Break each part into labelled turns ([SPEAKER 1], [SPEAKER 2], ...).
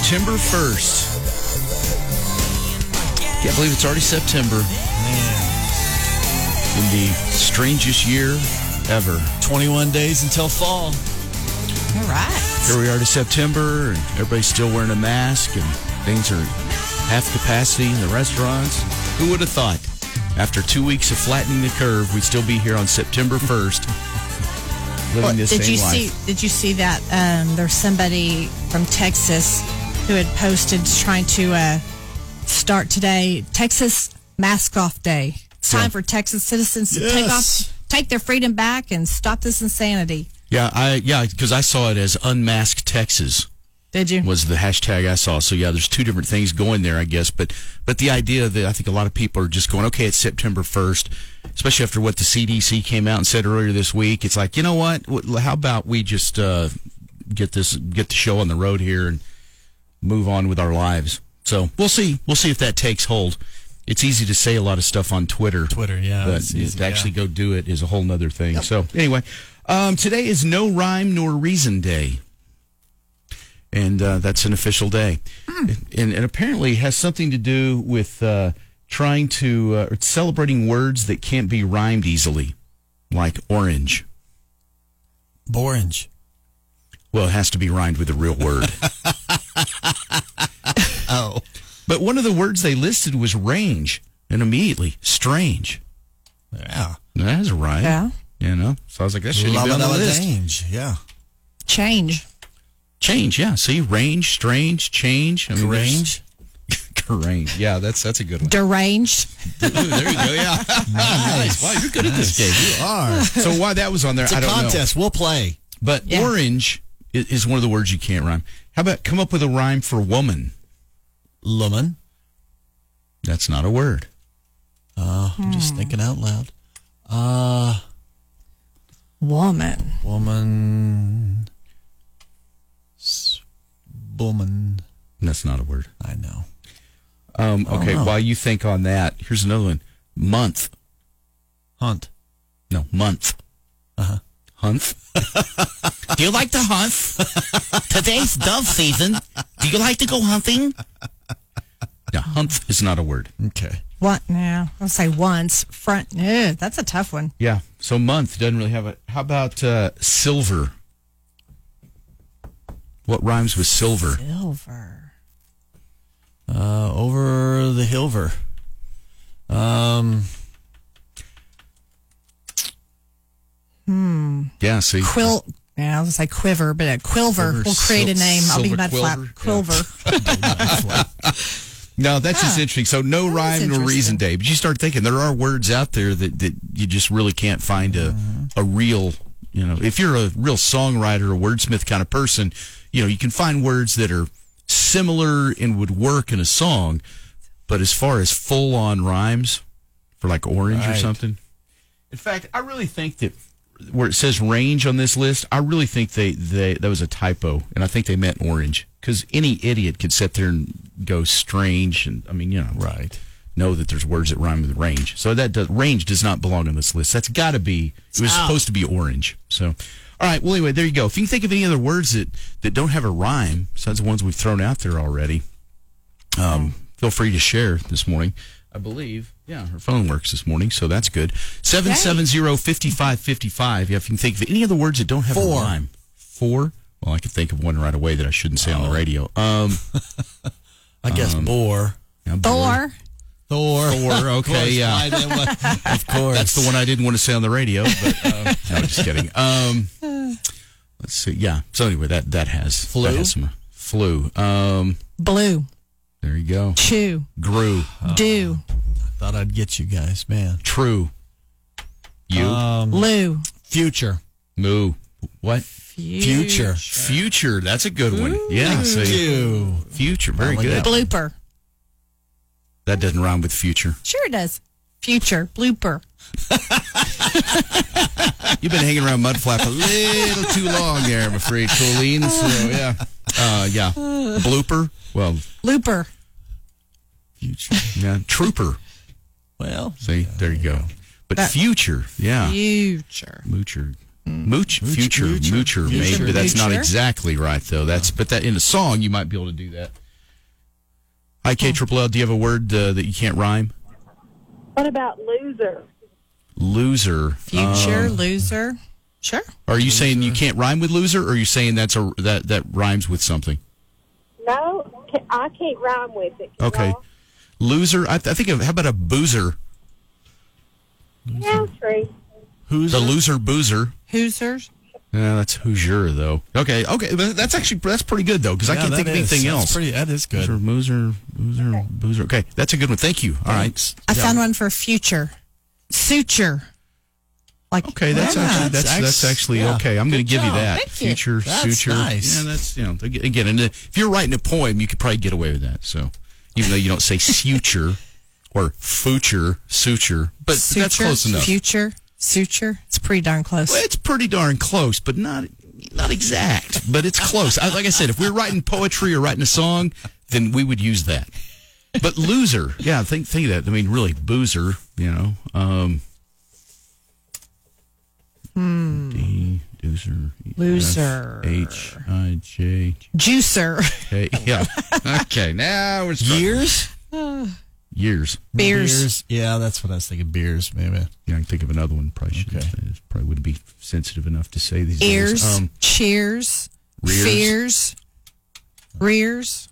[SPEAKER 1] September 1st. Can't believe it's already September. In the strangest year ever. 21 days until fall.
[SPEAKER 2] All right.
[SPEAKER 1] Here we are to September, and everybody's still wearing a mask, and things are half capacity in the restaurants. Who would have thought? After two weeks of flattening the curve, we'd still be here on September 1st, living this
[SPEAKER 2] Did
[SPEAKER 1] same
[SPEAKER 2] you
[SPEAKER 1] life.
[SPEAKER 2] see? Did you see that? Um, there's somebody from Texas who had posted trying to uh, start today Texas Mask Off Day. It's time
[SPEAKER 1] Yeah.
[SPEAKER 2] for Texas citizens to take
[SPEAKER 1] Yes.
[SPEAKER 2] off, take their freedom back, and stop this insanity.
[SPEAKER 1] Yeah, I yeah, because I saw it as Unmasked Texas.
[SPEAKER 2] Did you?
[SPEAKER 1] was the hashtag I saw. So yeah, there's two different things going there, I guess. But but the idea that I think a lot of people are just going, okay, it's September 1st, especially after what the CDC came out and said earlier this week. It's like, you know what? Wh- How about we just uh, get this get the show on the road here and move on with our lives. So we'll see. We'll see if that takes hold. It's easy to say a lot of stuff on Twitter.
[SPEAKER 3] Twitter, yeah,
[SPEAKER 1] But
[SPEAKER 3] it's easy,
[SPEAKER 1] to actually
[SPEAKER 3] yeah.
[SPEAKER 1] go do it is a whole nother thing. So anyway, um, today is No Rhyme Nor Reason Day and uh, that's an official day. And, and apparently has something to do with uh, trying to uh, or celebrating words that can't be rhymed easily, like orange.
[SPEAKER 3] Borange.
[SPEAKER 1] Well, it has to be rhymed with a real word.
[SPEAKER 3] Oh.
[SPEAKER 1] but one of the words they listed was range, and immediately strange.
[SPEAKER 3] Yeah.
[SPEAKER 1] That's right.
[SPEAKER 2] Yeah.
[SPEAKER 1] You know, so I was like, that should be on the list.
[SPEAKER 3] Change. Yeah.
[SPEAKER 2] Change.
[SPEAKER 1] Change, yeah. See, range, strange, change. I mean, there's-
[SPEAKER 3] Range.
[SPEAKER 1] Range. Yeah, that's that's a good one.
[SPEAKER 2] Deranged.
[SPEAKER 1] there you go. Yeah. nice. Wow, you're good at this game.
[SPEAKER 3] You are.
[SPEAKER 1] So why that was on there,
[SPEAKER 3] It's
[SPEAKER 1] I
[SPEAKER 3] a
[SPEAKER 1] don't know.
[SPEAKER 3] contest. We'll play.
[SPEAKER 1] But
[SPEAKER 2] Yeah.
[SPEAKER 1] orange i- is one of the words you can't rhyme. How about come up with a rhyme for woman?
[SPEAKER 3] Lumen.
[SPEAKER 1] That's not a word.
[SPEAKER 3] Uh, I'm just thinking out loud. Uh,
[SPEAKER 2] Woman.
[SPEAKER 3] woman. S- Woman.
[SPEAKER 1] That's not a word.
[SPEAKER 3] I know.
[SPEAKER 1] Um, okay,
[SPEAKER 3] Oh, no.
[SPEAKER 1] while you think on that, here's another one. Month.
[SPEAKER 3] Hunt.
[SPEAKER 1] No, month.
[SPEAKER 3] Uh-huh.
[SPEAKER 1] Hunt. Do you like to hunt? Today's dove season. Do you like to go hunting? Yeah, hunt is not a word.
[SPEAKER 3] Okay.
[SPEAKER 2] What now? I'll say once. Front. Ew, that's a tough one.
[SPEAKER 1] Yeah. So month doesn't really have a. How about uh, silver? What rhymes with silver?
[SPEAKER 2] Silver.
[SPEAKER 3] Uh, over the Hilver. Um,
[SPEAKER 1] Yeah. See.
[SPEAKER 2] Quill. Yeah, I was gonna say quiver, but a quilver.
[SPEAKER 1] Quiver,
[SPEAKER 2] we'll create a
[SPEAKER 1] sil-
[SPEAKER 2] name. I'll be
[SPEAKER 1] silver
[SPEAKER 2] mud flap.
[SPEAKER 1] quilver.
[SPEAKER 2] Quilver.
[SPEAKER 1] No, that's just
[SPEAKER 2] Yeah.
[SPEAKER 1] interesting. So no
[SPEAKER 2] is
[SPEAKER 1] rhyme nor reason
[SPEAKER 2] interesting.
[SPEAKER 1] day, but you start thinking there are words out there that, that you just really can't find a a real you know if you're a real songwriter or wordsmith kind of person, you know you can find words that are similar and would work in a song, but as far as full on rhymes for like orange or
[SPEAKER 3] Right.
[SPEAKER 1] something. In fact, I really think that where it says range on this list, I really think they, they that was a typo, and I think they meant orange because any idiot could sit there and go strange, and I mean, you know,
[SPEAKER 3] right.
[SPEAKER 1] know that there's words that rhyme with range. So that does, range does not belong on this list. That's got to be. It was supposed to be orange. So, all right. Well, anyway, there you go. If you can think of any other words that that don't have a rhyme, besides the ones we've thrown out there already, um, feel free to share this morning. I believe, yeah, her phone works this morning, so that's good. 770-5555. Yeah, if you can think of any other words that don't have
[SPEAKER 3] Four.
[SPEAKER 1] a rhyme. Four. Well, I can think of one right away that I shouldn't say
[SPEAKER 3] Oh.
[SPEAKER 1] on the radio. Um,
[SPEAKER 3] I guess Boar.
[SPEAKER 2] Thor.
[SPEAKER 3] Thor.
[SPEAKER 1] Thor, okay, yeah.
[SPEAKER 3] why they would- of course.
[SPEAKER 1] That's the one I didn't want to say on the radio. But, uh, no, just kidding. Um, let's see. Yeah. So anyway, that that has
[SPEAKER 3] Flu?
[SPEAKER 1] That has some flu. Um,
[SPEAKER 2] Blue.
[SPEAKER 1] there you go.
[SPEAKER 2] Chew.
[SPEAKER 1] Grew.
[SPEAKER 2] Do.
[SPEAKER 3] Thought I'd get you guys, man.
[SPEAKER 1] True. You
[SPEAKER 3] Um,
[SPEAKER 2] Lou.
[SPEAKER 3] future.
[SPEAKER 1] moo. What?
[SPEAKER 3] Future.
[SPEAKER 1] Future. That's a good one. Yeah. See,
[SPEAKER 3] You.
[SPEAKER 1] future. Very
[SPEAKER 3] Probably
[SPEAKER 1] good.
[SPEAKER 2] Blooper.
[SPEAKER 1] That doesn't rhyme with future.
[SPEAKER 2] Sure it does. Future. Blooper.
[SPEAKER 1] You've been hanging around Mudflap a little too long there, I'm afraid, Colleen. So yeah, uh, yeah. Blooper. Well,
[SPEAKER 2] Blooper.
[SPEAKER 1] future. Yeah, trooper.
[SPEAKER 3] Well,
[SPEAKER 1] See, there you go. But
[SPEAKER 2] That-
[SPEAKER 1] future. Yeah,
[SPEAKER 2] Future.
[SPEAKER 1] moocher. Mooch, future,
[SPEAKER 3] moocher.
[SPEAKER 1] moocher, maybe, but that's not
[SPEAKER 2] Moocher.
[SPEAKER 1] exactly right though. That's but that in a song you might be able to do that. IK triple L, do you have a word uh, that you can't rhyme?
[SPEAKER 4] What about loser?
[SPEAKER 1] Loser.
[SPEAKER 2] Future.
[SPEAKER 1] Oh.
[SPEAKER 2] loser. Sure.
[SPEAKER 1] Are you saying you can't rhyme with loser, or are you saying that's a that that rhymes with something?
[SPEAKER 4] No, ca- I can't rhyme with it. can
[SPEAKER 1] Okay,
[SPEAKER 4] y'all?
[SPEAKER 1] loser. I, th- I think of how about a boozer,
[SPEAKER 4] Yeah, true.
[SPEAKER 3] who's
[SPEAKER 1] the loser boozer.
[SPEAKER 2] Hoosers.
[SPEAKER 1] No, that's Hoosier though. Okay, okay, but that's actually that's pretty good though because I
[SPEAKER 3] Yeah,
[SPEAKER 1] can't
[SPEAKER 3] that
[SPEAKER 1] think of anything
[SPEAKER 3] is. That's
[SPEAKER 1] else.
[SPEAKER 3] pretty- that is good.
[SPEAKER 1] Boozer, boozer, boozer, boozer. Okay, that's a good one. Thank you. All right.
[SPEAKER 2] I found one for future. Suture. Like
[SPEAKER 1] Okay, that's
[SPEAKER 3] Yeah,
[SPEAKER 1] actually
[SPEAKER 3] that's
[SPEAKER 1] that's that's
[SPEAKER 3] ex-
[SPEAKER 1] actually
[SPEAKER 3] yeah.
[SPEAKER 1] okay. I'm going to give you
[SPEAKER 3] job.
[SPEAKER 1] that
[SPEAKER 3] Thank you.
[SPEAKER 1] future
[SPEAKER 3] That's
[SPEAKER 1] suture.
[SPEAKER 3] nice.
[SPEAKER 1] Yeah, that's you know ag- again. And uh, if you're writing a poem, you could probably get away with that. So even though you don't say suture or future suture, but
[SPEAKER 2] suture.
[SPEAKER 1] that's close enough.
[SPEAKER 2] Future. Suture. It's pretty darn close.
[SPEAKER 1] Well, it's pretty darn close, but not not exact. But it's close. I, like I said, if we we're writing poetry or writing a song, then we would use that. But loser, yeah, think think of that. I mean, really, boozer. You know, um,
[SPEAKER 3] Hmm.
[SPEAKER 1] D doozer, E,
[SPEAKER 2] Loser.
[SPEAKER 1] H I J
[SPEAKER 2] Juicer.
[SPEAKER 1] K. Yeah. okay. Now we're struggling.
[SPEAKER 3] Years?
[SPEAKER 1] years.
[SPEAKER 2] Beers.
[SPEAKER 3] Beers. Yeah, that's what I was thinking. Beers, maybe.
[SPEAKER 1] Yeah, I can think of another one. Probably shouldn't
[SPEAKER 3] Okay.
[SPEAKER 1] say this. Probably wouldn't be sensitive enough to say these. days.
[SPEAKER 2] Ears.
[SPEAKER 1] Um,
[SPEAKER 2] cheers.
[SPEAKER 1] rears.
[SPEAKER 2] Fears. Rears.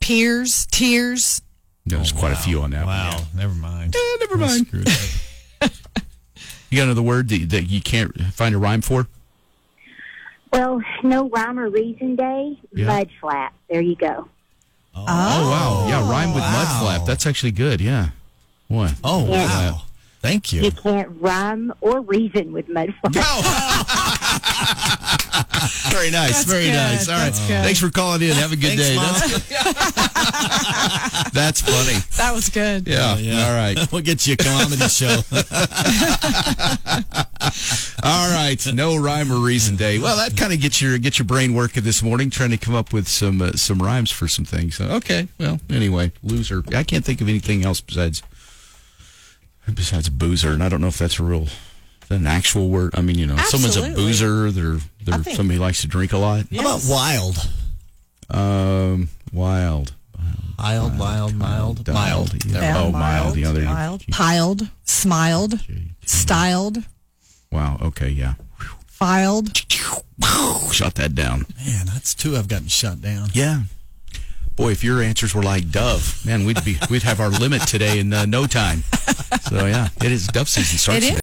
[SPEAKER 2] Peers. Tears.
[SPEAKER 1] there's quite a few on that. one. Eh,
[SPEAKER 3] Wow. Never mind.
[SPEAKER 1] never
[SPEAKER 3] I
[SPEAKER 1] mind.
[SPEAKER 3] screwed up.
[SPEAKER 1] You got another word that, that you can't find a rhyme for?
[SPEAKER 5] Well, no rhyme or reason day.
[SPEAKER 1] Yeah.
[SPEAKER 5] Mud flap. There you go.
[SPEAKER 1] Oh, wow. Yeah, rhyme with
[SPEAKER 3] wow.
[SPEAKER 1] mudflap. That's actually good. Yeah. What?
[SPEAKER 3] Oh, wow. Thank you.
[SPEAKER 5] You can't rhyme or reason with mud flap.
[SPEAKER 1] very nice.
[SPEAKER 2] That's
[SPEAKER 1] very
[SPEAKER 2] good.
[SPEAKER 1] nice. All right.
[SPEAKER 2] That's good.
[SPEAKER 1] Thanks for calling in. Have a good
[SPEAKER 3] Thanks,
[SPEAKER 1] day.
[SPEAKER 3] Mom.
[SPEAKER 1] That's, that's funny.
[SPEAKER 2] That was good.
[SPEAKER 1] Yeah.
[SPEAKER 3] yeah.
[SPEAKER 1] All right.
[SPEAKER 3] we'll get you a comedy show.
[SPEAKER 1] All right. No rhyme or reason day. Well, that kind of gets your get your brain working this morning, trying to come up with some uh, some rhymes for some things. So, okay. Well, anyway, loser. I can't think of anything else besides besides boozer, and I don't know if that's a real, is that an actual word. I mean, you know, if someone's a
[SPEAKER 2] Absolutely.
[SPEAKER 1] boozer. They're they're
[SPEAKER 2] think-
[SPEAKER 1] somebody who likes to drink a lot.
[SPEAKER 3] How about wild?
[SPEAKER 1] Um, wild.
[SPEAKER 3] Wild, wild, mild,
[SPEAKER 1] Dialed.
[SPEAKER 3] mild.
[SPEAKER 1] Yeah. Oh, mild. The other.
[SPEAKER 2] Mild. Piled. Smiled. Styled.
[SPEAKER 1] Wow. Okay. Yeah.
[SPEAKER 2] Filed.
[SPEAKER 1] Shot that down.
[SPEAKER 3] Man, that's two I've gotten shut down.
[SPEAKER 1] Yeah. Boy, if your answers were like dove, man, we'd be we'd have our limit today in uh, no time. So yeah, it is dove season starts.
[SPEAKER 2] It is.
[SPEAKER 1] today.